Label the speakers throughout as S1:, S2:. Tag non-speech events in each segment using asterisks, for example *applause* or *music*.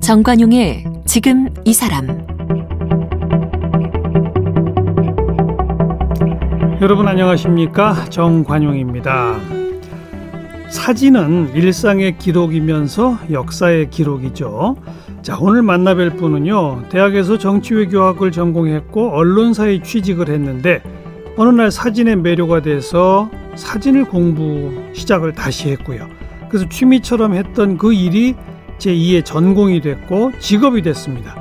S1: 정관용의 지금 이 사람
S2: 여러분 안녕하십니까 정관용입니다. 사진은 일상의 기록이면서 역사의 기록이죠. 자 오늘 만나뵐 분은요 대학에서 정치외교학을 전공했고 언론사에 취직을 했는데 어느 날 사진의 매료가 돼서 사진을 공부 시작을 다시 했고요. 그래서 취미처럼 했던 그 일이 제2의 전공이 됐고 직업이 됐습니다.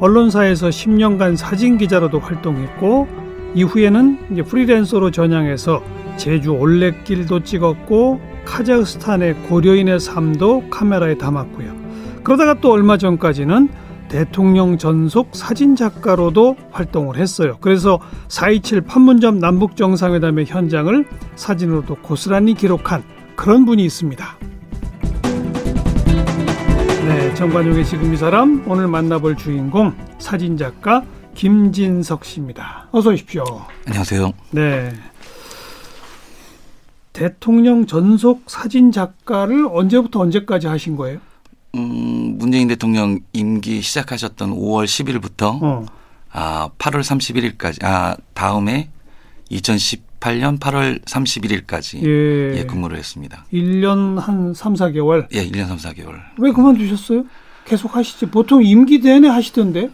S2: 언론사에서 10년간 사진 기자로도 활동했고 이후에는 이제 프리랜서로 전향해서 제주 올레길도 찍었고 카자흐스탄의 고려인의 삶도 카메라에 담았고요. 그러다가 또 얼마 전까지는 대통령 전속 사진 작가로도 활동을 했어요. 그래서 4.27 판문점 남북 정상회담의 현장을 사진으로도 고스란히 기록한 그런 분이 있습니다. 네, 정관용의 지금 이 사람 오늘 만나볼 주인공 사진 작가 김진석 씨입니다. 어서 오십시오.
S3: 안녕하세요.
S2: 네. 대통령 전속 사진 작가를 언제부터 언제까지 하신 거예요?
S3: 음, 문재인 대통령 임기 시작하셨던 5월 10일부터
S2: 어.
S3: 아, 8월 31일까지 아, 다음에 2018년 8월 31일까지 예,
S2: 예.
S3: 근무를 했습니다.
S2: 1년 한 3, 4개월.
S3: 예, 1년 3, 4개월.
S2: 왜 그만두셨어요? 계속 하시지. 보통 임기 내내 하시던데.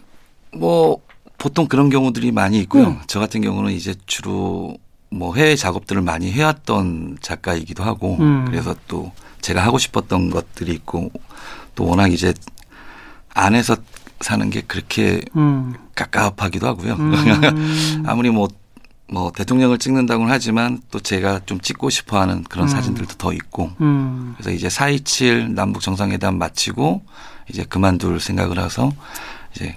S3: 뭐 보통 그런 경우들이 많이 있고요.
S2: 음.
S3: 저 같은 경우는 이제 주로 뭐 해외 작업들을 많이 해왔던 작가이기도 하고
S2: 음.
S3: 그래서 또 제가 하고 싶었던 것들이 있고 또 워낙 이제 안에서 사는 게 그렇게
S2: 음.
S3: 갑갑하기도 하고요. *laughs*
S2: 음.
S3: 아무리 뭐, 뭐 대통령을 찍는다고는 하지만 또 제가 좀 찍고 싶어 하는 그런
S2: 음.
S3: 사진들도 더 있고
S2: 음.
S3: 그래서 이제 4.27 남북 정상회담 마치고 이제 그만둘 생각을 해서 이제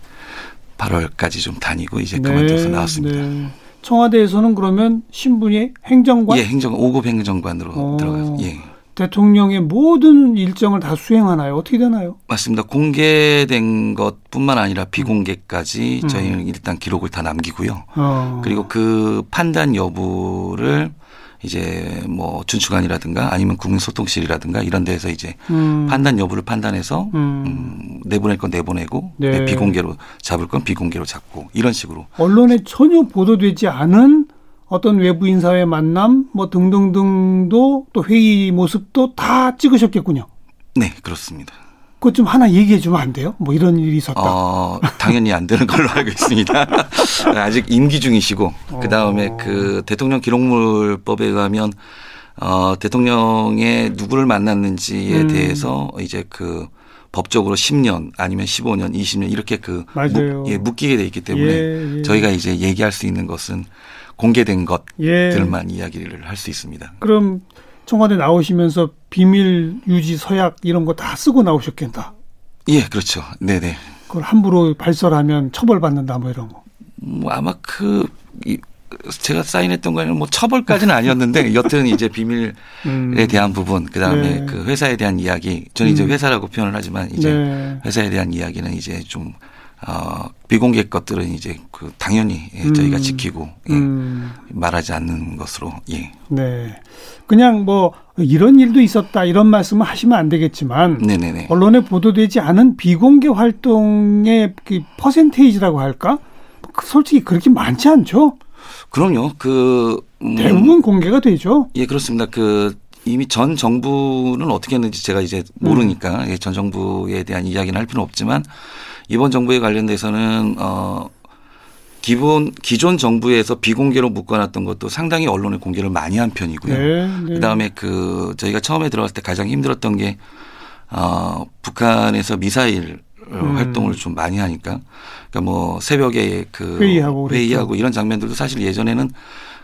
S3: 8월까지 좀 다니고 이제 그만둬서
S2: 네,
S3: 나왔습니다.
S2: 네. 청와대에서는 그러면 신분이 행정관
S3: 예, 행정 5급 행정관으로
S2: 네. 어.
S3: 들어가서 예.
S2: 대통령의 모든 일정을 다 수행하나요? 어떻게 되나요?
S3: 맞습니다. 공개된 것뿐만 아니라 비공개까지
S2: 음.
S3: 저희는 일단 기록을 다 남기고요.
S2: 어.
S3: 그리고 그 판단 여부를 이제 뭐 준축안이라든가 아니면 국민소통실이라든가 이런 데에서 이제
S2: 음.
S3: 판단 여부를 판단해서
S2: 음.
S3: 음, 내보낼 건 내보내고
S2: 네.
S3: 네, 비공개로 잡을 건 비공개로 잡고 이런 식으로
S2: 언론에 전혀 보도되지 않은 어떤 외부 인사의 만남 뭐 등등등도 또 회의 모습도 다 찍으셨겠군요.
S3: 네 그렇습니다.
S2: 그것 좀 하나 얘기해 주면 안 돼요? 뭐 이런 일이 있었다.
S3: 어, 당연히 안 되는 걸로 알고 있습니다. *laughs* 아직 임기 중이시고 그 다음에
S2: 어.
S3: 그 대통령 기록물법에 의하면 어, 대통령의 누구를 만났는지에
S2: 음.
S3: 대해서 이제 그 법적으로 10년 아니면 15년, 20년 이렇게 그
S2: 맞아요.
S3: 예, 묶이게 돼 있기 때문에
S2: 예, 예.
S3: 저희가 이제 얘기할 수 있는 것은 공개된
S2: 예.
S3: 것들만 이야기를 할 수 있습니다.
S2: 그럼 청와대 나오시면서 비밀 유지 서약 이런 거 다 쓰고 나오셨겠다.
S3: 예, 그렇죠. 네네.
S2: 그걸 함부로 발설하면 처벌받는다 뭐 이런 거.
S3: 뭐 아마 그 이- 제가 사인했던 거에는 뭐 처벌까지는 아니었는데 여튼 이제 비밀에
S2: 음.
S3: 대한 부분 그다음에
S2: 네.
S3: 그 회사에 대한 이야기 저는 이제
S2: 음.
S3: 회사라고 표현을 하지만 이제
S2: 네.
S3: 회사에 대한 이야기는 이제 좀 어, 비공개 것들은 이제 그 당연히 예, 저희가
S2: 음.
S3: 지키고 예,
S2: 음.
S3: 말하지 않는 것으로 예.
S2: 네. 그냥 뭐 이런 일도 있었다 이런 말씀을 하시면 안 되겠지만
S3: 네네네.
S2: 언론에 보도되지 않은 비공개 활동의 그 퍼센테이지라고 할까? 그- 솔직히 그렇게 많지 않죠.
S3: 그럼요. 그 음,
S2: 대부분 공개가 되죠.
S3: 예, 그렇습니다. 그 이미 전 정부는 어떻게 했는지 제가 이제 모르니까 예, 전 정부에 대한 이야기는 할 필요는 없지만 이번 정부에 관련돼서는 어 기본 기존 정부에서 비공개로 묶어놨던 것도 상당히 언론에 공개를 많이 한 편이고요.
S2: 네, 네.
S3: 그다음에 그 저희가 처음에 들어갔을 때 가장 힘들었던 게 어, 북한에서 미사일
S2: 음.
S3: 활동을 좀 많이 하니까 그러니까 뭐 새벽에 그
S2: 회의하고 그랬죠.
S3: 회의하고 이런 장면들도 사실 예전에는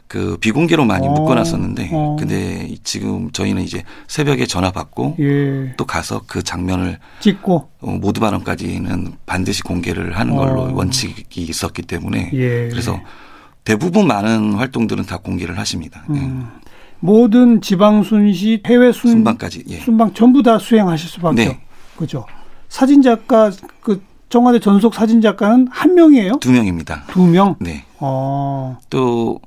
S3: 그 비공개로 많이
S2: 어,
S3: 묶어놨었는데
S2: 어.
S3: 근데 지금 저희는 이제 새벽에 전화 받고
S2: 예.
S3: 또 가서 그 장면을
S2: 찍고
S3: 어, 모두 발언까지는 반드시 공개를 하는 걸로
S2: 어.
S3: 원칙이 있었기 때문에
S2: 예.
S3: 네. 그래서 대부분 많은 활동들은 다 공개를 하십니다. 예.
S2: 음. 모든 지방 순시, 해외 순,
S3: 순방까지 예.
S2: 순방 전부 다 수행하실 수밖에
S3: 네.
S2: 없 그죠. 사진 작가 그 청와대 전속 사진 작가는 한 명이에요?
S3: 두 명입니다.
S2: 두 명.
S3: 네.
S2: 어
S3: 또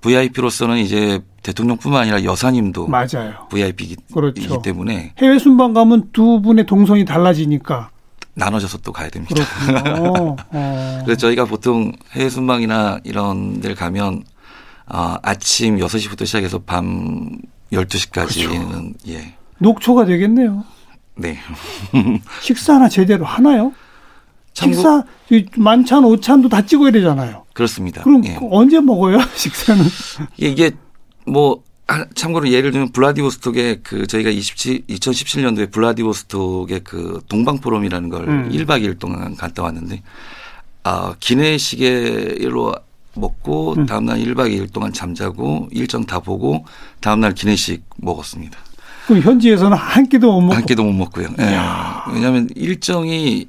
S3: VIP로서는 이제 대통령뿐만 아니라 여사님도
S2: 맞아요.
S3: VIP이기
S2: 그렇죠.
S3: 때문에
S2: 해외 순방 가면 두 분의 동선이 달라지니까
S3: 나눠져서 또 가야
S2: 그렇죠.
S3: 됩니다.
S2: *laughs* 그렇군요. 어.
S3: *laughs* 그래서 저희가 보통 해외 순방이나 이런 데를 가면 어, 아침 6시부터 시작해서 밤
S2: 그렇죠.
S3: 12시까지는 예.
S2: 녹초가 되겠네요.
S3: 네.
S2: 식사나 제대로 하나요?
S3: 참고-
S2: 식사 이 만찬 오찬도 다 찍어야 되잖아요.
S3: 그렇습니다.
S2: 그럼
S3: 예.
S2: 언제 먹어요? *laughs* 식사는
S3: 이게- 이게 뭐 아, 참고로 예를 들면 블라디보스톡에 그 저희가 27, 2017년도에 블라디보스톡의 그 동방 포럼이라는 걸
S2: 음.
S3: 1박 2일 동안 갔다 왔는데 아, 기내식으로 먹고
S2: 음.
S3: 다음 날 1박 2일 동안 잠자고 일정 다 보고 다음 날 기내식 먹었습니다.
S2: 그럼 현지에서는 한 끼도 못 먹고
S3: 한 끼도 못 먹고요. 예. 왜냐하면 일정이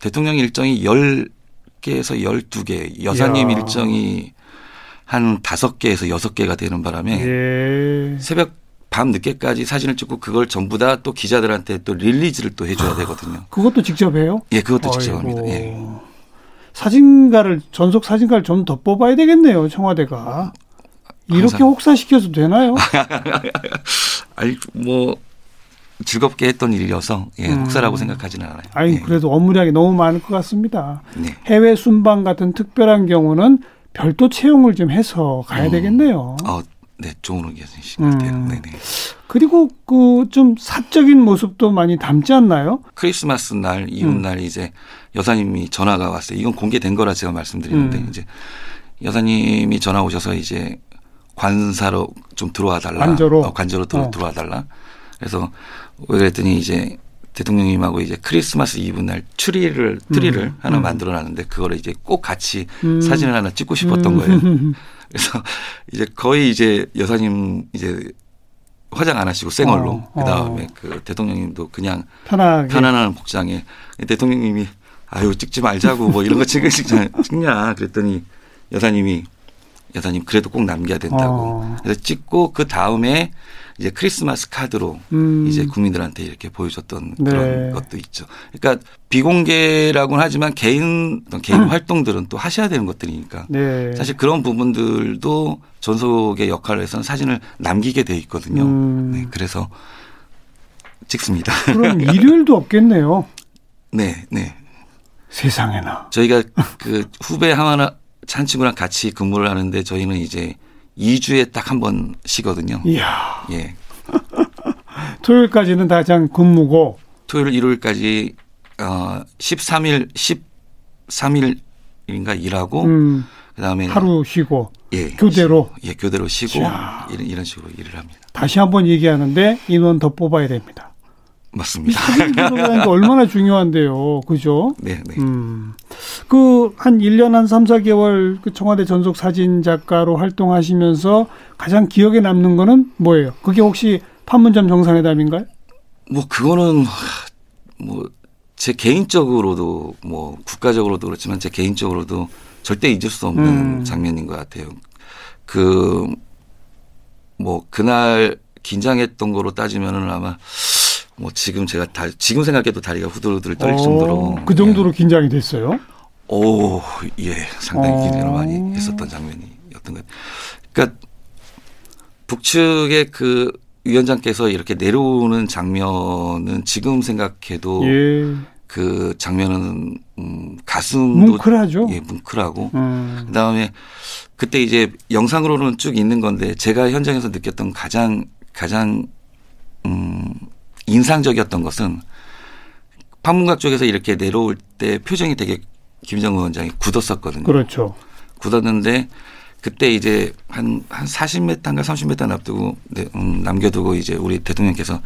S3: 대통령 일정이 10개에서 12개, 여사님
S2: 이야.
S3: 일정이 한 5개에서 6개가 되는 바람에
S2: 예.
S3: 새벽 밤 늦게까지 사진을 찍고 그걸 전부 다 또 기자들한테 또 릴리즈를 또 해줘야 되거든요.
S2: 그것도 직접 해요?
S3: 예, 그것도 직접
S2: 아. 아이고.
S3: 합니다. 예.
S2: 사진가를 전속 사진가를 좀 더 뽑아야 되겠네요. 청와대가 이렇게
S3: 항상. 아,
S2: 혹사시켜서 되나요?
S3: 아니, 뭐, 즐겁게 했던 일이어서, 예,
S2: 음.
S3: 혹사라고 생각하지는 않아요.
S2: 아니
S3: 예.
S2: 그래도 업무량이 너무 많을 것 같습니다.
S3: 네.
S2: 해외 순방 같은 특별한 경우는 별도 채용을 좀 해서 가야
S3: 음.
S2: 되겠네요.
S3: 어, 네, 좋은 의견이신
S2: 음.
S3: 것 같아요. 네네.
S2: 그리고 그 좀 사적인 모습도 많이 담지 않나요?
S3: 크리스마스 날
S2: 음.
S3: 이웃날 이제 여사님이 전화가 왔어요. 이건 공개된 거라 제가 말씀드리는데
S2: 음.
S3: 이제 여사님이 전화 오셔서 이제 관사로 좀 들어와 달라.
S2: 관저로?
S3: 어, 관저로 들어,
S2: 어.
S3: 들어와 달라. 그래서 그랬더니 이제 대통령님하고 이제 크리스마스 이브 날 추리를 트리를
S2: 음.
S3: 하나
S2: 음.
S3: 만들어 놨는데 그거를 이제 꼭 같이
S2: 음.
S3: 사진을 하나 찍고 싶었던 거예요.
S2: *laughs*
S3: 그래서 이제 거의 이제 여사님 이제 화장 안 하시고 생얼로
S2: 어, 어.
S3: 그다음에 그 대통령님도 그냥
S2: 편하게.
S3: 편안한 복장에 대통령님이 아유 찍지 말자고 뭐 이런 거 찍-
S2: *laughs*
S3: 찍자- 찍냐 그랬더니 여사님이 여사님 그래도 꼭 남겨야 된다고
S2: 어.
S3: 그래서 찍고 그 다음에 이제 크리스마스 카드로
S2: 음.
S3: 이제 국민들한테 이렇게 보여줬던
S2: 네.
S3: 그런 것도 있죠. 그러니까 비공개라고는 하지만 개인 어떤 개인 활동들은 또 하셔야 되는
S2: 음.
S3: 것들이니까
S2: 네.
S3: 사실 그런 부분들도 전속의 역할을 해서는 사진을 남기게 돼 있거든요.
S2: 음.
S3: 네, 그래서 찍습니다.
S2: 그럼 일요일도 없겠네요.
S3: *laughs* 네, 네.
S2: 세상에나.
S3: 저희가 그 후배 하나 한 친구랑 같이 근무를 하는데 저희는 이제 2주에 딱 한 번 쉬거든요.
S2: 이야.
S3: 예.
S2: 토요일까지는 다장 근무고
S3: 토요일 일요일까지 어 13일 13일인가 일하고
S2: 음,
S3: 그다음에
S2: 하루 쉬고
S3: 예.
S2: 교대로
S3: 예, 교대로 쉬고
S2: 자.
S3: 이런, 이런 식으로 일을 합니다.
S2: 다시 한번 얘기하는데 인원 더 뽑아야 됩니다. 이 *laughs*
S3: 맞습니다.
S2: 사진 기록이라는 게 얼마나 중요한데요. 그죠?
S3: 네, 네.
S2: 음. 그 한 1년 한 3, 4개월 그 청와대 전속 사진 작가로 활동하시면서 가장 기억에 남는 거는 뭐예요? 그게 혹시 판문점 정상회담인가요?
S3: 뭐 그거는 뭐 제 개인적으로도 뭐 국가적으로도 그렇지만 제 개인적으로도 절대 잊을 수 없는
S2: 음.
S3: 장면인 것 같아요. 그 뭐 그날 긴장했던 거로 따지면은 아마 뭐 지금 제가 다 지금 생각해도 다리가 후들후들 떨릴 정도로
S2: 어, 그 정도로 긴장이 됐어요.
S3: 예. 오, 예. 상당히 기대를
S2: 어.
S3: 많이 했었던 장면이었던 것 같아요. 그러니까 북측의 그 위원장께서 이렇게 내려오는 장면은 지금 생각해도
S2: 예.
S3: 그 장면은 음, 가슴도
S2: 뭉클하죠.
S3: 예, 뭉클하고
S2: 음.
S3: 그다음에 그때 이제 영상으로는 쭉 있는 건데 제가 현장에서 느꼈던 가장 가장 음, 인상적이었던 것은 판문각 쪽에서 이렇게 내려올 때 표정이 되게 김정은 원장이 굳었었거든요.
S2: 그렇죠.
S3: 굳었는데 그때 이제 한한 40m인가 30m 남두고 네, 음, 남겨두고 이제 우리 대통령께서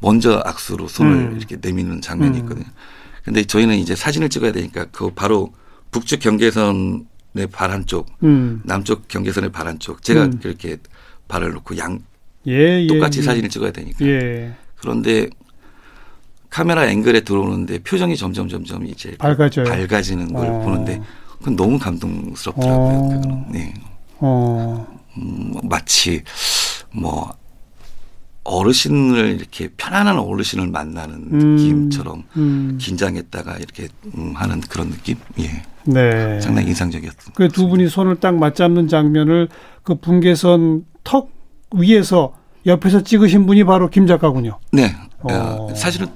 S3: 먼저 악수로 손을
S2: 음.
S3: 이렇게 내미는 장면이 있거든요. 근데 저희는 이제 사진을 찍어야 되니까 그 바로 북측 경계선의 발 한쪽,
S2: 음.
S3: 남쪽 경계선의 발 한쪽. 제가
S2: 음.
S3: 그렇게 발을 놓고 양
S2: 예, 예.
S3: 똑같이
S2: 예.
S3: 사진을 찍어야 되니까.
S2: 예.
S3: 그런데 카메라 앵글에 들어오는데 표정이 점점 점점 이제
S2: 밝아져요. 네.
S3: 밝아지는 걸
S2: 어.
S3: 보는데 그건 너무 감동스럽더라고요.
S2: 어.
S3: 그거는. 네.
S2: 어.
S3: 음, 마치 뭐 어르신을 이렇게 편안한 어르신을 만나는
S2: 음.
S3: 느낌처럼
S2: 음.
S3: 긴장했다가 이렇게 음, 하는 그런 느낌? 예.
S2: 네.
S3: 상당히 인상적이었던
S2: 그 두 분이 손을 딱 맞잡는 장면을 그 분계선 턱 위에서 옆에서 찍으신 분이 바로 김 작가군요.
S3: 네.
S2: 어.
S3: 어, 사실은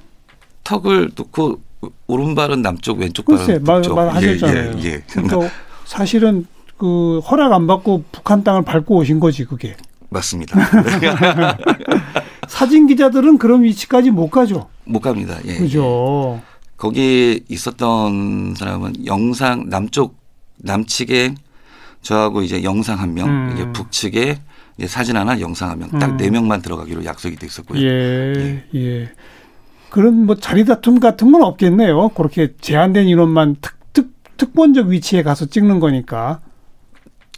S3: 턱을 놓고 오른발은 남쪽, 왼쪽
S2: 글쎄
S3: 발은
S2: 말
S3: 북쪽.
S2: 말하셨잖아요.
S3: 예, 예, 예.
S2: 그러니까 사실은 그 허락 안 받고 북한 땅을 밟고 오신 거지 그게.
S3: *laughs* 맞습니다. *laughs*
S2: 사진 기자들은 그런 위치까지 못 가죠.
S3: 못 갑니다. 예.
S2: 그죠.
S3: 거기에 있었던 사람은 영상 남쪽 남측에 저하고 이제 영상 한 명,
S2: 음.
S3: 이제 북측에 이제 사진 하나, 영상 한 명, 딱
S2: 음.
S3: 네 명만 들어가기로 약속이 돼 있었고요.
S2: 예, 예. 그런 뭐 자리 다툼 같은 건 없겠네요. 그렇게 제한된 인원만 특, 특, 특본적 위치에 가서 찍는 거니까.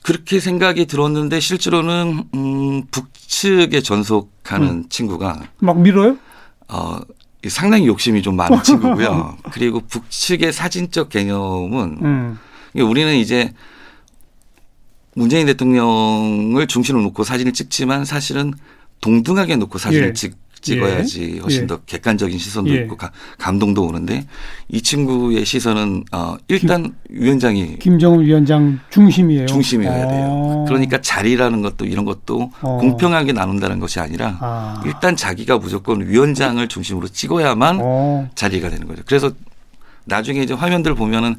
S3: 그렇게 생각이 들었는데 실제로는 음, 북측에 전속하는
S2: 음.
S3: 친구가
S2: 막 밀어요?
S3: 어, 이 상당히 욕심이
S2: *laughs*
S3: 좀 많은 친구고요. 그리고 북측의 사진적 개념은
S2: 음.
S3: 이게 우리는 이제 문재인 대통령을 중심으로 놓고 사진을 찍지만 사실은 동등하게 놓고 사진을
S2: 예.
S3: 찍, 찍어야지
S2: 예.
S3: 훨씬
S2: 예.
S3: 더 객관적인 시선도
S2: 예.
S3: 있고 가- 감동도 오는데 이 친구의 시선은 어, 일단 위원장이
S2: 김정은 위원장 중심이에요.
S3: 중심이어야 돼요.
S2: 어.
S3: 그러니까 자리라는 것도 이런 것도
S2: 어.
S3: 공평하게 나눈다는 것이 아니라
S2: 아.
S3: 일단 자기가 무조건 위원장을 중심으로 찍어야만
S2: 어.
S3: 자리가 되는 거죠. 그래서 나중에 이제 화면들 보면은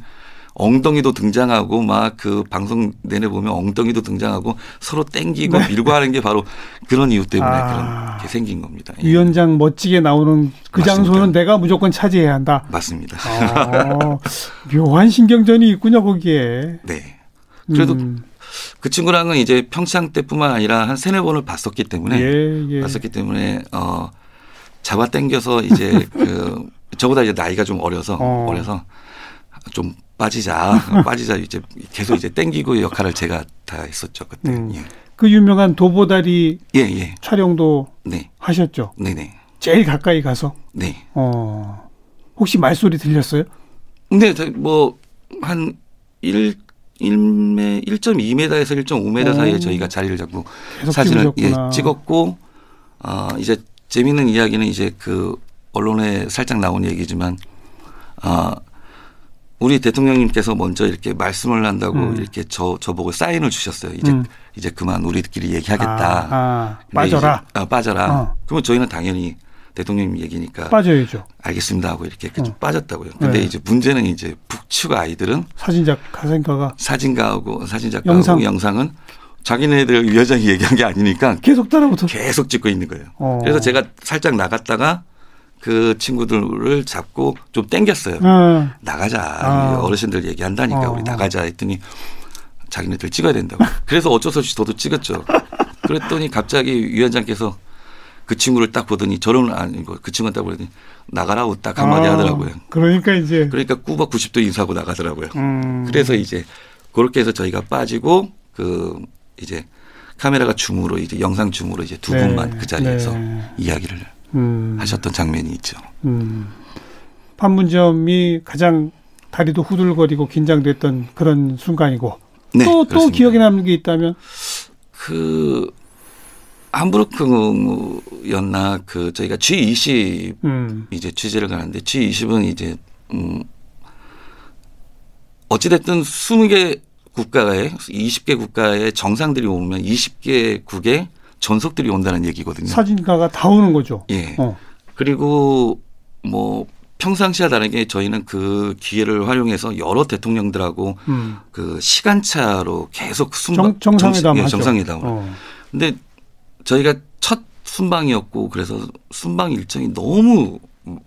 S3: 엉덩이도 등장하고 막 그 방송 내내 보면 엉덩이도 등장하고 서로 땡기고 밀고 하는 게 바로 그런 이유 때문에
S2: 네. 아.
S3: 그런 게 생긴 겁니다. 예.
S2: 위원장 멋지게 나오는 그
S3: 맞습니다. 아.
S2: 장소는 내가 무조건 차지해야 한다.
S3: 맞습니다.
S2: *laughs* 어. 묘한 신경전이 있군요, 거기에.
S3: 네. 그래도
S2: 음.
S3: 그 친구랑은 이제 평창 때뿐만 아니라 한 세네 번을 봤었기 때문에
S2: 예, 예.
S3: 봤었기 때문에 어 잡아 당겨서
S2: *laughs*
S3: 이제 그 저보다 이제 나이가 좀 어려서
S2: 어.
S3: 어. 려서좀
S2: *laughs*
S3: 빠지자 빠지자 이제 계속 이제 땡기고 역할을 제가 다 했었죠 그때 예.
S2: 음. 그 유명한 도보다리
S3: 예예 예.
S2: 촬영도
S3: 네
S2: 하셨죠.
S3: 네네
S2: 제일 가까이 가서.
S3: 네
S2: 어. 혹시 말소리 들렸어요?
S3: 근데 뭐한 1, 1매 1.2m에서 1.5m
S2: 오.
S3: 사이에 저희가 자리를 잡고
S2: 계속
S3: 사진을 예,
S2: 찍으셨구나.
S3: 찍었고 어, 이제 재미있는 이야기는 이제 그 언론에 살짝 나온 얘기지만 아 우리 대통령님께서 먼저 이렇게 말씀을 한다고
S2: 음.
S3: 이렇게 저 저보고 사인을 주셨어요. 이제
S2: 음.
S3: 이제 그만 우리끼리 얘기하겠다.
S2: 아, 아,
S3: 근데
S2: 빠져라.
S3: 이제, 아, 빠져라.
S2: 어.
S3: 그러면 저희는 당연히 대통령님 얘기니까
S2: 빠져야죠.
S3: 알겠습니다 하고 이렇게 좀
S2: 어.
S3: 빠졌다고요. 근데
S2: 네.
S3: 이제 문제는 이제 북측 아이들은
S2: 사진작 가생가가
S3: 사진가하고 사진작가하고
S2: 영상.
S3: 영상. 은 자기네들 위원장이 얘기한 게 아니니까
S2: 계속 따라붙어.
S3: 계속 찍고 있는 거예요.
S2: 어.
S3: 그래서 제가 살짝 나갔다가 그 친구들을 잡고 좀 땡겼어요.
S2: 어.
S3: 나가자.
S2: 아.
S3: 어르신들 얘기한다니까
S2: 어.
S3: 우리 나가자 했더니 자기네들 찍어야 된다고. 그래서 어쩔 수 없이 저도 찍었죠. 그랬더니 갑자기 위원장께서 그 친구를 딱 보더니 저런 아니고 그 친구를 딱 보더니 나가라고 딱 한마디
S2: 아,
S3: 하더라고요.
S2: 그러니까 이제
S3: 그러니까 꾸벅 90도 인사하고 나가더라고요.
S2: 음.
S3: 그래서 이제 그렇게 해서 저희가 빠지고 그 이제 카메라가 줌으로 이제 영상 줌으로 이제 두
S2: 네,
S3: 분만 그 자리에서
S2: 네.
S3: 이야기를
S2: 음,
S3: 하셨던 장면이 있죠.
S2: 음. 판문점이 가장 다리도 후들거리고 긴장됐던 그런 순간이고
S3: 네,
S2: 또 또
S3: 그렇습니다.
S2: 기억에 남는 게 있다면
S3: 그 함부르크였나 그 저희가 G20
S2: 음.
S3: 이제 취재를 가는데 G20은 이제 음 어찌됐든 20개 국가에 20개 국가의 정상들이 오면 20개 국의 전속들이 온다는 얘기거든요.
S2: 사진가가 다 오는 거죠.
S3: 예.
S2: 어.
S3: 그리고 뭐 평상시와 다르게 저희는 그 기회를 활용해서 여러 대통령들하고
S2: 음.
S3: 그 시간차로 계속 순방
S2: 정, 정상회담
S3: 예,
S2: 하죠.
S3: 정상회담을.
S2: 어.
S3: 근데 저희가 첫 순방이었고 그래서 순방 일정이 너무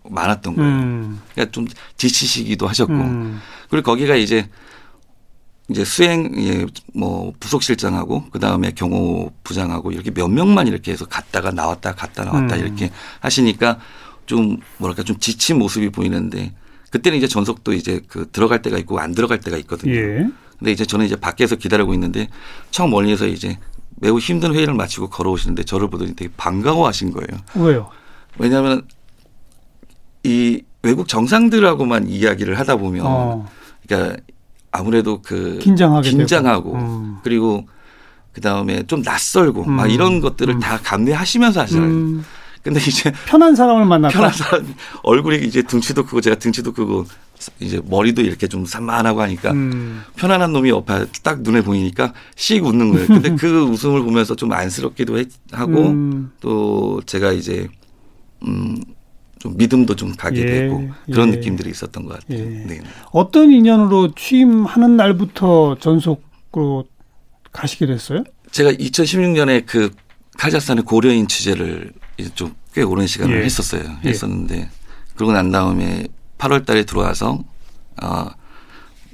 S3: 많았던 거예요.
S2: 음.
S3: 그러니까 좀 지치시기도 하셨고
S2: 음.
S3: 그리고 거기가 이제 이제 수행 예, 뭐 부속실장하고 그 다음에 경호부장하고 이렇게 몇 명만 이렇게 해서 갔다가 나왔다 갔다 나왔다
S2: 음.
S3: 이렇게 하시니까 좀 뭐랄까 좀 지친 모습이 보이는데 그때는 이제 전속도 이제 그 들어갈 때가 있고 안 들어갈 때가 있거든요.
S2: 예.
S3: 근데 이제 저는 이제 밖에서 기다리고 있는데 처음 멀리서 이제 매우 힘든 회의를 마치고 걸어오시는데 저를 보더니 되게 반가워하신 거예요.
S2: 왜요?
S3: 왜냐하면 이 외국 정상들하고만 이야기를 하다 보면
S2: 어.
S3: 그러니까 아무래도 그
S2: 긴장하게 되고.
S3: 긴장하고
S2: 음.
S3: 그리고 그 다음에 좀 낯설고 막
S2: 음.
S3: 이런 것들을 다 감내하시면서 하잖아요.
S2: 음.
S3: 근데
S2: *laughs*
S3: 이제
S2: 편한 사람을 만났다.
S3: 네. 편한 사람 얼굴이 이제 등치도 크고 제가 등치도 크고 이제 머리도 이렇게 좀 산만하고 하니까
S2: 음.
S3: 편안한 놈이 옆에 딱 눈에 보이니까 씩 웃는 거예요.
S2: *laughs*
S3: 근데 그 웃음을 보면서 좀 안쓰럽기도 했- 하고
S2: 음.
S3: 또 제가 이제 음좀 믿음도 좀 가게
S2: 예,
S3: 되고 그런
S2: 예.
S3: 느낌들이 있었던 것 같아요.
S2: 예.
S3: 네.
S2: 어떤 인연으로 취임하는 날부터 전속으로 가시게 됐어요?
S3: 제가 2016년에 그 카자흐스탄의 고려인 취재를 좀 꽤 오랜 시간을
S2: 예.
S3: 했었어요.
S2: 예.
S3: 했었는데 그러고 난 다음에 8월 달에 들어와서 어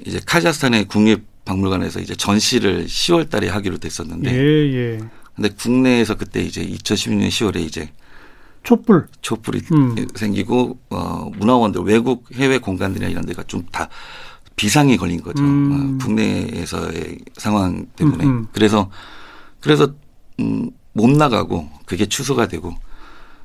S3: 이제 카자흐스탄의 국립박물관에서 이제 전시를 10월 달에 하기로 됐었는데
S2: 예, 예.
S3: 근데 국내에서 그때 이제 2016년 10월에 이제
S2: 촛불.
S3: 촛불이
S2: 음.
S3: 생기고 어 문화원들 외국 해외 공간들이나 이런 데가 좀 다 비상이 걸린 거죠.
S2: 음.
S3: 어, 국내에서의 상황 때문에.
S2: 음, 음.
S3: 그래서 그래서 음 못 나가고 그게 취소가 되고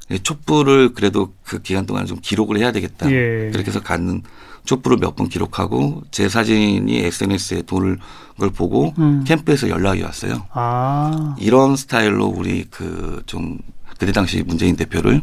S3: 이 촛불을 그래도 그 기간 동안 좀 기록을 해야 되겠다.
S2: 예.
S3: 그렇게 해서 갖는 촛불을 몇 번 기록하고 제 사진이 SNS에 도는 걸 보고
S2: 음.
S3: 캠프에서 연락이 왔어요.
S2: 아.
S3: 이런 스타일로 우리 그 좀 그때 당시 문재인 대표를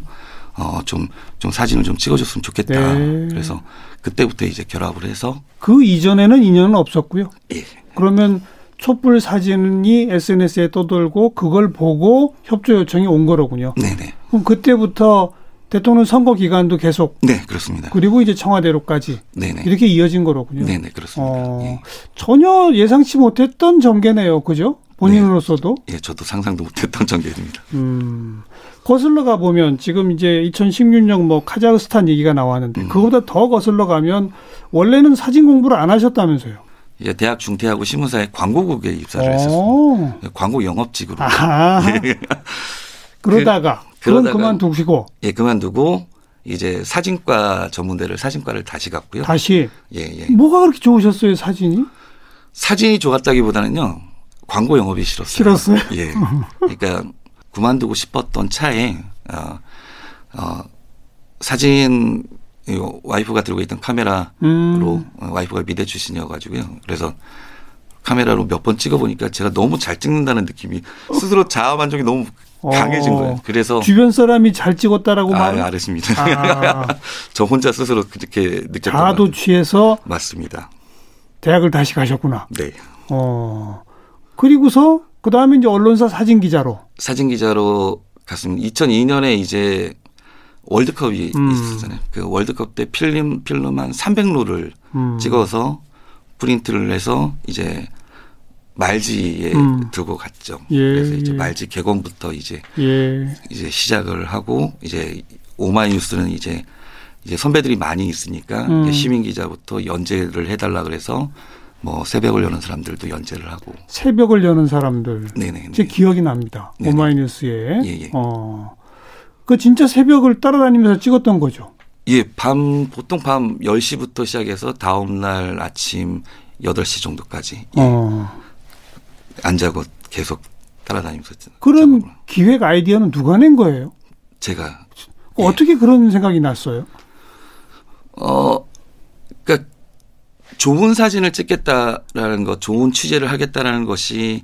S3: 어 좀 좀 사진을 좀 찍어줬으면 좋겠다.
S2: 네.
S3: 그래서 그때부터 이제 결합을 해서
S2: 그 이전에는 인연은 없었고요.
S3: 예.
S2: 그러면 촛불 사진이 SNS에 떠돌고 그걸 보고 협조 요청이 온 거로군요.
S3: 네네
S2: 그럼 그때부터 대통령 선거 기간도 계속
S3: 네 그렇습니다.
S2: 그리고 이제 청와대로까지
S3: 네네
S2: 이렇게 이어진 거로군요.
S3: 네네 그렇습니다.
S2: 어,
S3: 예.
S2: 전혀 예상치 못했던 전개네요. 그죠? 본인으로서도.
S3: 예, 저도 상상도 못했던 전개입니다.
S2: 음. 거슬러 가 보면 지금 이제 2016년 뭐 카자흐스탄 얘기가 나왔는데
S3: 음.
S2: 그거보다 더 거슬러 가면 원래는 사진 공부를 안 하셨다면서요.
S3: 예, 대학 중퇴하고 신문사에 광고국에 입사를 했었습니다.
S2: 어.
S3: 예, 광고 영업직으로 *laughs*
S2: 아. 그러다가
S3: 그-
S2: 그건
S3: 그러다가
S2: 그만두시고
S3: 예 그만두고 이제 사진과 전문대를 사진과를 다시 갔고요.
S2: 다시
S3: 예 예.
S2: 뭐가 그렇게 좋으셨어요 사진이?
S3: 사진이 좋았다기보다는요 광고 영업이 싫었어요.
S2: 싫었어요?
S3: 예. 그러니까 그만두고 싶었던 차에 어, 어, 사진 이 와이프가 들고 있던 카메라로
S2: 음.
S3: 어, 와이프가 미대 출신이어가지고요. 그래서 카메라로 몇 번 찍어보니까 제가 너무 잘 찍는다는 느낌이 스스로 자아 만족이 너무
S2: 어.
S3: 강해진 거예요. 그래서
S2: 주변 사람이 잘 찍었다라고
S3: 아,
S2: 말.
S3: 알았습니다.
S2: 아.
S3: *laughs* 저 혼자 스스로 그렇게 느꼈던 것
S2: 자아도
S3: 같아요.
S2: 취해서
S3: 맞습니다.
S2: 대학을 다시 가셨구나.
S3: 네.
S2: 어. 그리고서 그 다음에 이제 언론사 사진 기자로.
S3: 사진 기자로 갔습니다. 2002년에 이제 월드컵이
S2: 음.
S3: 있었잖아요. 그 월드컵 때 필름 필름 한 300롤을
S2: 음.
S3: 찍어서 프린트를 해서 이제 말지에
S2: 음.
S3: 들고 갔죠.
S2: 예,
S3: 그래서 이제
S2: 예.
S3: 말지 개건부터 이제
S2: 예.
S3: 이제 시작을 하고 이제 오마이뉴스는 이제 이제 선배들이 많이 있으니까
S2: 음.
S3: 이제 시민 기자부터 연재를 해달라 그래서 뭐 새벽을 여는 사람들도 연재를 하고
S2: 새벽을 여는 사람들.
S3: 네네
S2: 제 기억이 납니다.
S3: 음. 네네.
S2: 오마이뉴스에.
S3: 예, 예.
S2: 어. 그 진짜 새벽을 따라다니면서 찍었던 거죠.
S3: 예, 밤 보통 밤 10시부터 시작해서 다음 날 아침 8시 정도까지
S2: 어.
S3: 안 자고 계속 따라다니면서
S2: 그런
S3: 작업을.
S2: 기획 아이디어는 누가 낸 거예요?
S3: 제가 예.
S2: 어떻게 그런 생각이 났어요?
S3: 어 그러니까 좋은 사진을 찍겠다라는 것, 좋은 취재를 하겠다라는 것이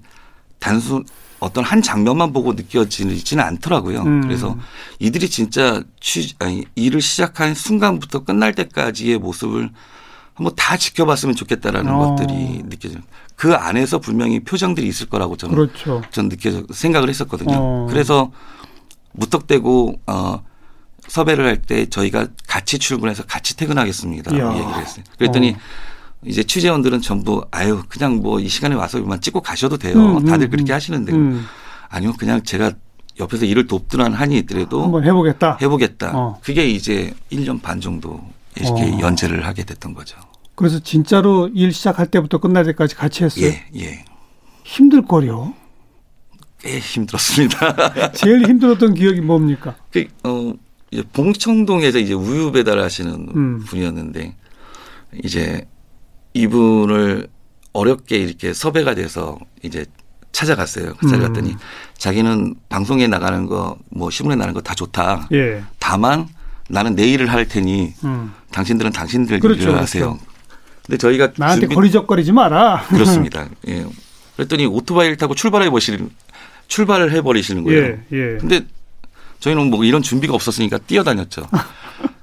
S3: 단순 어떤 한 장면만 보고 느껴지지는 않더라고요.
S2: 음.
S3: 그래서 이들이 진짜 취 아니 일을 시작한 순간부터 끝날 때까지의 모습을 한번 다 지켜봤으면 좋겠다라는
S2: 어.
S3: 것들이 느껴져요. 그 안에서 분명히 표정들이 있을 거라고 저는
S2: 그렇죠.
S3: 전 느껴 생각을 했었거든요.
S2: 어.
S3: 그래서 무턱대고 어 섭외를 할 때 저희가 같이 출근해서 같이 퇴근하겠습니다라고
S2: 이야.
S3: 얘기를 했어요. 그랬더니 이제 취재원들은 전부 아유 그냥 뭐 이 시간에 와서 이만 찍고 가셔도 돼요.
S2: 음, 음,
S3: 다들
S2: 음.
S3: 그렇게 하시는데
S2: 음,
S3: 아니요 그냥 제가 옆에서 일을 돕드란 한이 있더라도
S2: 한번 해보겠다.
S3: 해보겠다.
S2: 어.
S3: 그게 이제 1년 반 정도 이렇게
S2: 어.
S3: 연재를 하게 됐던 거죠.
S2: 그래서 진짜로 일 시작할 때부터 끝날 때까지 같이 했어요.
S3: 예, 예.
S2: 힘들
S3: *laughs*
S2: 거려.
S3: 꽤 힘들었습니다.
S2: *laughs* 제일 힘들었던 기억이 뭡니까?
S3: 그, 어, 이제 봉청동에서 이제 우유 배달하시는
S2: 음.
S3: 분이었는데 이제 이분을 어렵게 이렇게 섭외가 돼서 이제 찾아갔어요. 그 찾아갔더니
S2: 음.
S3: 자기는 방송에 나가는 거, 뭐 신문에 나가는 거 다 좋다.
S2: 예.
S3: 다만 나는 내 일을 할 테니
S2: 음.
S3: 당신들은 당신들
S2: 그렇죠,
S3: 일을
S2: 그렇죠.
S3: 하세요. 근데 저희가
S2: 나한테
S3: 준비-
S2: 거리적거리지 마라.
S3: 그렇습니다. 예.
S2: *laughs*
S3: 그랬더니 오토바이를 타고 출발해 보시는 출발을 해 버리시는 거예요. 음.
S2: 예.
S3: 근데 저희는 뭐 이런 준비가 없었으니까
S2: *laughs*
S3: 뛰어다녔죠.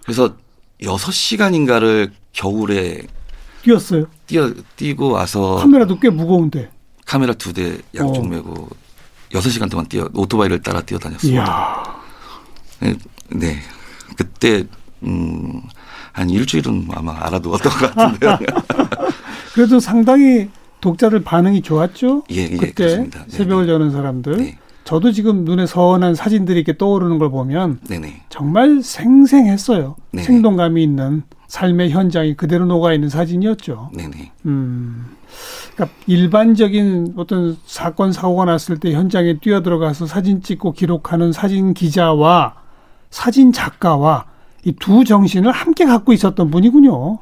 S3: 그래서 여섯 시간인가를 겨울에
S2: 뛰었어요.
S3: 뛰어 뛰고 와서
S2: 카메라도 꽤 무거운데.
S3: 카메라 두 대 양쪽
S2: 어.
S3: 메고 여섯 시간 동안 뛰어 오토바이를 따라 뛰어다녔어요.
S2: 이야.
S3: 네, 네. 그때 음, 한 일주일은 아마 알아두었던
S2: *laughs*
S3: 것 같은데요.
S2: 그래도 상당히 독자들 반응이 좋았죠.
S3: 예, 예,
S2: 그때
S3: 그렇습니다. 네,
S2: 새벽을
S3: 네.
S2: 여는 사람들.
S3: 네.
S2: 저도 지금 눈에 선한 사진들이 이렇게 떠오르는 걸 보면
S3: 네네.
S2: 정말 생생했어요.
S3: 네.
S2: 생동감이 있는 삶의 현장이 그대로 녹아 있는 사진이었죠.
S3: 네네.
S2: 음. 그러니까 일반적인 어떤 사건 사고가 났을 때 현장에 뛰어들어가서 사진 찍고 기록하는 사진 기자와 사진 작가와 이 두 정신을 함께 갖고 있었던 분이군요.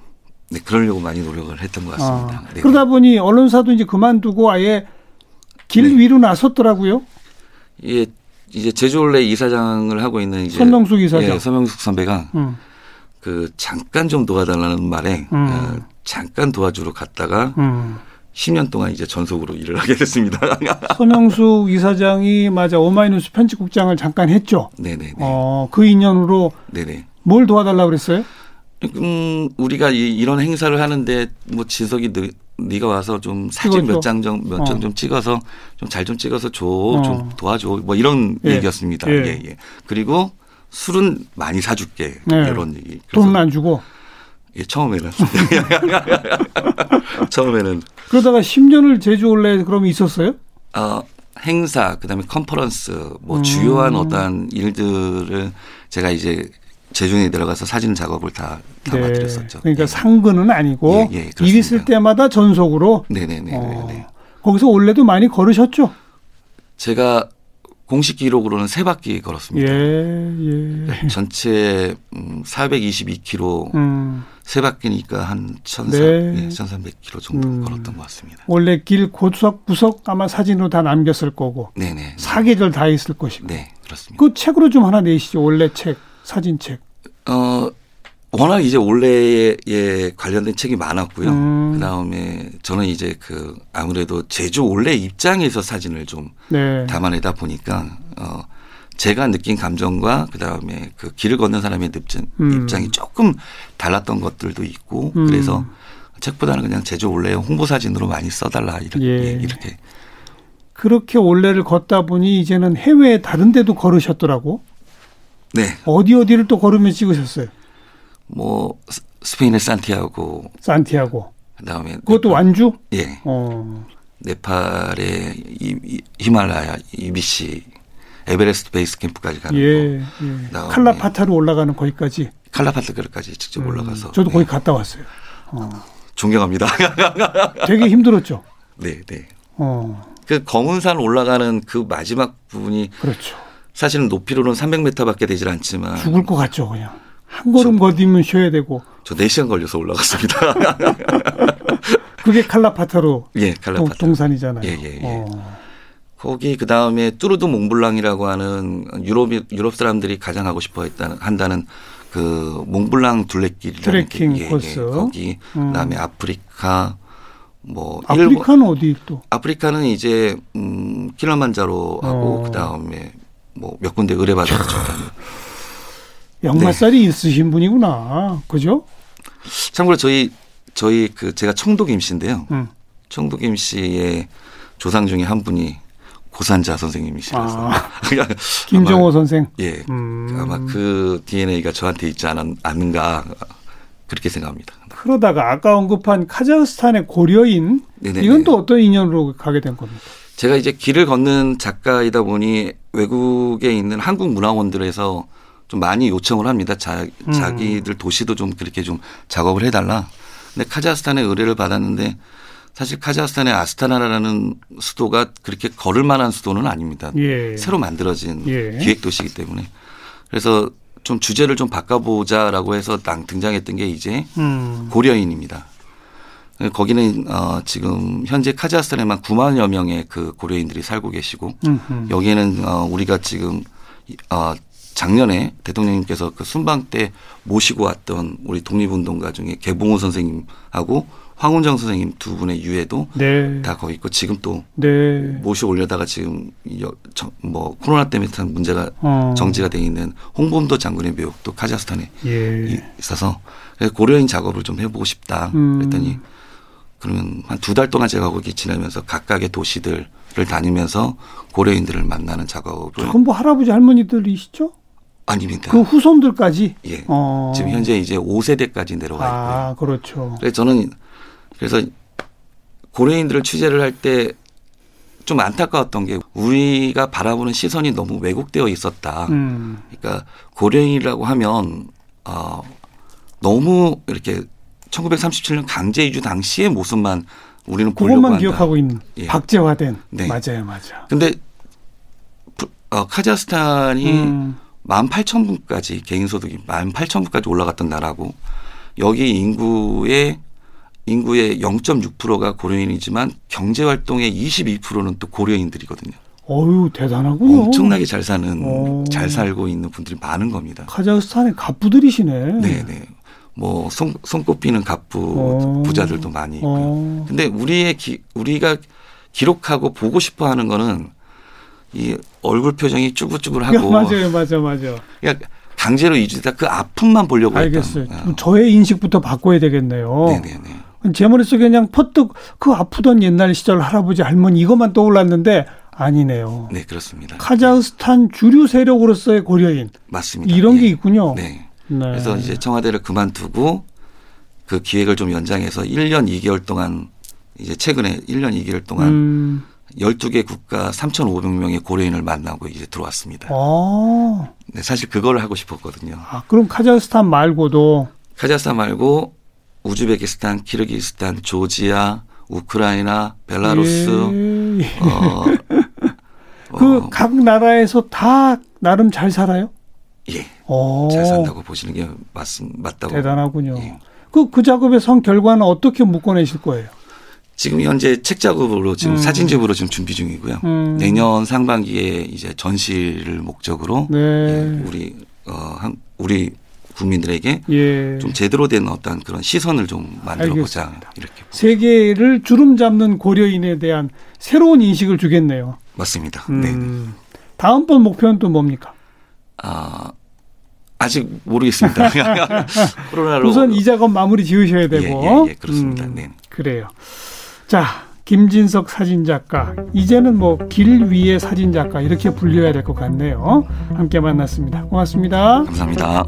S3: 네, 그러려고 많이 노력을 했던 것 같습니다.
S2: 아,
S3: 네.
S2: 그러다 보니 언론사도 이제 그만두고 아예 길
S3: 네.
S2: 위로 나섰더라고요.
S3: 예, 이제 제주올레 이사장을 하고 있는 이제
S2: 손명숙 이사장.
S3: 예, 서명숙 선배가
S2: 음.
S3: 그 잠깐 좀 도와달라는 말에
S2: 음.
S3: 어, 잠깐 도와주러 갔다가 *laughs*
S2: 음.
S3: 10년 동안 이제 전속으로 일을 하게 됐습니다. *laughs*
S2: 서명수 이사장이 맞아 오마이뉴스 편집국장을 잠깐 했죠.
S3: 네네네.
S2: 어, 그 인연으로
S3: 네네.
S2: 뭘 도와달라 그랬어요?
S3: 음, 우리가 이, 이런 행사를 하는데 뭐 진석이 너, 네가 와서 좀 사진
S2: 찍어줘.
S3: 몇 장 좀 몇 장
S2: 어.
S3: 좀 찍어서 좀 잘 좀 찍어서 줘,
S2: 어.
S3: 좀 도와줘, 뭐 이런
S2: 예.
S3: 얘기였습니다.
S2: 예.
S3: 예. 예, 그리고 술은 많이 사줄게
S2: 네.
S3: 이런 얘기. 그래서
S2: 돈 안 주고.
S3: 예, 처음에는 *laughs* 처음에는
S2: 그러다가 10년을 제주올레 그럼 있었어요?
S3: 어, 행사 그다음에 컨퍼런스 뭐 주요한
S2: 음.
S3: 어떠한 일들을 제가 이제 제주에 들어가서 사진 작업을 다 담아드렸었죠. 네.
S2: 그러니까 상근은 아니고
S3: 예, 예,
S2: 일 있을
S3: 그렇습니다.
S2: 때마다 전속으로
S3: 네네네.
S2: 어,
S3: 네
S2: 거기서 올레도 많이 걸으셨죠?
S3: 제가 공식 기록으로는 세 바퀴
S2: 예,
S3: 걸었습니다. 네.
S2: 예.
S3: 전체 음, 422km
S2: 음,
S3: 세 바퀴니까 한 1,300,
S2: 네.
S3: 1,300km 정도
S2: 음.
S3: 걸었던 것 같습니다.
S2: 원래 길 구석구석 아마 사진으로 다 남겼을 거고
S3: 네네.
S2: 사계절 다 있을 것이고.
S3: 네 그렇습니다.
S2: 그 책으로 좀 하나 내시죠. 원래 책, 사진책.
S3: 어 워낙 이제 올해에 예, 관련된 책이 많았고요.
S2: 음.
S3: 그 다음에 저는 이제 그 아무래도 제주 올해 입장에서 사진을 좀
S2: 네.
S3: 담아내다 보니까 어 제가 느낀 감정과 그다음에 그 길을 걷는 사람의 늪진,
S2: 음.
S3: 입장이 조금 달랐던 것들도 있고
S2: 음.
S3: 그래서 책보다는 그냥 제주 올레 홍보 사진으로 많이 써달라 이렇게
S2: 예.
S3: 예, 이렇게
S2: 그렇게 올레를 걷다 보니 이제는 해외 다른 데도 걸으셨더라고.
S3: 네,
S2: 어디 어디를 또 걸으면 찍으셨어요.
S3: 네뭐 스페인의 산티아고
S2: 산티아고.
S3: 그다음에
S2: 그것도 완주?
S3: 예
S2: 어.
S3: 네팔의 이, 이, 히말라야 이비시 에베레스트 베이스 캠프까지 가는
S2: 예.
S3: 거
S2: 예.
S3: 나오네.
S2: 칼라파타로 올라가는 거기까지.
S3: 칼라파트까지 직접 올라가서
S2: 음, 저도
S3: 네,
S2: 거기 갔다 왔어요.
S3: 존경합니다 *laughs*
S2: 되게 힘들었죠.
S3: 네 네.
S2: 어.
S3: 그 검은산 올라가는 그 마지막 부분이
S2: 그렇죠.
S3: 사실은 높이로는 300m밖에 되질 않지만
S2: 죽을 것 같죠, 그냥. 한 걸음 걷으면 쉬어야 되고.
S3: 저 4시간 걸려서 올라갔습니다. *laughs*
S2: 그게 칼라파타로
S3: 예,
S2: 동,
S3: 갈라파타.
S2: 동산이잖아요.
S3: 예, 예, 예.
S2: 어.
S3: 거기 그다음에 뚜르드 몽블랑이라고 하는 유럽 유럽 사람들이 가장 하고 싶어 했다는 한다는 그 몽블랑 둘레길이라는
S2: 트레킹
S3: 게, 예,
S2: 코스.
S3: 예, 거기
S2: 음.
S3: 그다음에 아프리카 뭐 일본
S2: 아프리카는 어디 또?
S3: 아프리카는 이제 음 킬리만자로 하고
S2: 어.
S3: 그다음에 뭐 몇 군데 의뢰받아 가지고 네.
S2: 양마살이 있으신 분이구나. 그죠?
S3: 참고로 저희 저희 그 제가 청독 임신데요.
S2: 응.
S3: 청독 임씨의 조상 중에 한 분이 고산자 선생님이시라서 *laughs*
S2: 아,
S3: 아마-
S2: 김정호 선생.
S3: 예
S2: 음.
S3: 아마 그 DNA가 저한테 있지 않았, 않은가 그렇게 생각합니다.
S2: 그러다가 아까 언급한 카자흐스탄의 고려인
S3: 네네네.
S2: 이건 또 어떤 인연으로 가게 된 겁니까?
S3: 제가 이제 길을 걷는 작가이다 보니 외국에 있는 한국 문화원들에서 좀 많이 요청을 합니다. 자,
S2: 음.
S3: 자기들 도시도 좀 그렇게 좀 작업을 해달라. 근데 카자흐스탄의 의뢰를 받았는데 사실 카자흐스탄의 아스타나라는 수도가 그렇게 걸을 만한 수도는 아닙니다.
S2: 예.
S3: 음, 새로 만들어진
S2: 예.
S3: 기획 도시이기 때문에 그래서 좀 주제를 좀 바꿔보자라고 해서 딱 등장했던 게 이제
S2: 음.
S3: 고려인입니다. 거기는 어 지금 현재 카자흐스탄에만 9만여 명의 그 고려인들이 살고 계시고
S2: 음흠.
S3: 여기에는 어 우리가 지금 이- 어 작년에 대통령님께서 그 순방 때 모시고 왔던 우리 독립운동가 중에 개봉호 선생님하고 황운정 선생님 두 분의 유해도
S2: 네.
S3: 다 거기 있고 지금 또
S2: 네.
S3: 모시 올려다가 지금 여- 정- 뭐 코로나 때문에 참 문제가
S2: 어.
S3: 정지가 돼 있는 홍범도 장군의 묘역도 카자흐스탄에
S2: 예.
S3: 이- 있어서 그래서 고려인 작업을 좀 해보고 싶다
S2: 음.
S3: 그랬더니 그러면 한 두 달 동안 제가 거기 지내면서 각각의 도시들을 다니면서 고려인들을 만나는 작업을
S2: 그럼 뭐 할아버지 할머니들이시죠?
S3: 아닙니다.
S2: 그 후손들까지.
S3: 예.
S2: 어.
S3: 지금 현재 이제 5세대까지 내려와 있고요.
S2: 아, 그렇죠.
S3: 그래서 저는 그래서 고려인들을 취재를 할 때 좀 안타까웠던 게 우리가 바라보는 시선이 너무 왜곡되어 있었다.
S2: 음.
S3: 그러니까 고려인이라고 하면 어, 너무 이렇게 1937년 강제 이주 당시의 모습만 우리는 보려고
S2: 그것만
S3: 한다.
S2: 기억하고 있는
S3: 예.
S2: 박제화된.
S3: 네.
S2: 맞아요, 맞아.
S3: 근데 부- 어, 카자흐스탄이
S2: 음.
S3: 18,000분까지 개인 소득이 18,000분까지 올라갔던 나라고 여기 인구의 인구의 0.6%가 고려인이지만 경제 활동의 22%는 또 고려인들이거든요.
S2: 어유 대단하군요.
S3: 엄청나게 잘 사는
S2: 오.
S3: 잘 살고 있는 분들이 많은 겁니다.
S2: 카자흐스탄의 갑부들이시네.
S3: 네, 네. 뭐 손,
S2: 음.
S3: 손꼽히는
S2: 어.
S3: 갑부 부자들도 많이 있고요.
S2: 어.
S3: 근데 우리의 기, 우리가 기록하고 보고 싶어 하는 거는 이 얼굴 표정이
S2: *laughs*
S3: 쭈글쭈글하고
S2: 맞아요, 맞아, 맞아.
S3: 그러니까 강제로 이주다 그 아픔만 보려고
S2: 알겠어요.
S3: 했던.
S2: 좀 저의 인식부터 바꿔야 되겠네요.
S3: 네네네.
S2: 제 머릿속에 그냥 퍼뜩 그 아프던 옛날 시절 할아버지 할머니 이것만 떠올랐는데 아니네요.
S3: 네 그렇습니다.
S2: 카자흐스탄 주류 세력으로서의 고려인
S3: 맞습니다.
S2: 이런
S3: 예.
S2: 게 있군요.
S3: 네.
S2: 네.
S3: 그래서 이제 청와대를 그만두고 그 기획을 좀 연장해서 1년 2개월 동안 이제 최근에 1년 2개월 동안
S2: 음.
S3: 12개 국가 3,500명의 고려인을 만나고 이제 들어왔습니다.
S2: 아,
S3: 네, 사실 그걸 하고 싶었거든요.
S2: 아, 그럼 카자흐스탄 말고도
S3: 카자흐스탄 말고 우즈베키스탄, 키르기스탄, 조지아, 우크라이나, 벨라루스,
S2: 예. 예.
S3: 어,
S2: *laughs*
S3: 어,
S2: 그각 나라에서 다 나름 잘 살아요?
S3: 예,
S2: 오,
S3: 잘 산다고 보시는 게 맞, 맞다고
S2: 어. 대단하군요.
S3: 예.
S2: 그, 그 작업의 성 결과는 어떻게 묶어내실 거예요?
S3: 지금 현재 책 작업으로 지금
S2: 음.
S3: 사진집으로 지금 준비 중이고요.
S2: 음.
S3: 내년 상반기에 이제 전시를 목적으로 예,
S2: 네.
S3: 우리 어, 한, 우리 국민들에게
S2: 예.
S3: 좀 제대로 된 어떤 그런 시선을 좀 만들어 보자
S2: 알겠습니다.
S3: 이렇게
S2: 세계를 주름 잡는 고려인에 대한 새로운 인식을 주겠네요.
S3: 맞습니다. 네.
S2: 음. 다음번 목표는 또 뭡니까?
S3: 아 아직
S2: *laughs*
S3: 모르겠습니다. *laughs* 코로나로
S2: 우선 이 작업 마무리 지으셔야 되고. 음,
S3: 예, 예, 예, 그렇습니다. 네.
S2: 그래요. 자, 김진석 사진작가. 이제는 뭐 길 위의 사진작가 이렇게 불려야 될 것 같네요. 함께 만났습니다. 고맙습니다.
S3: 감사합니다.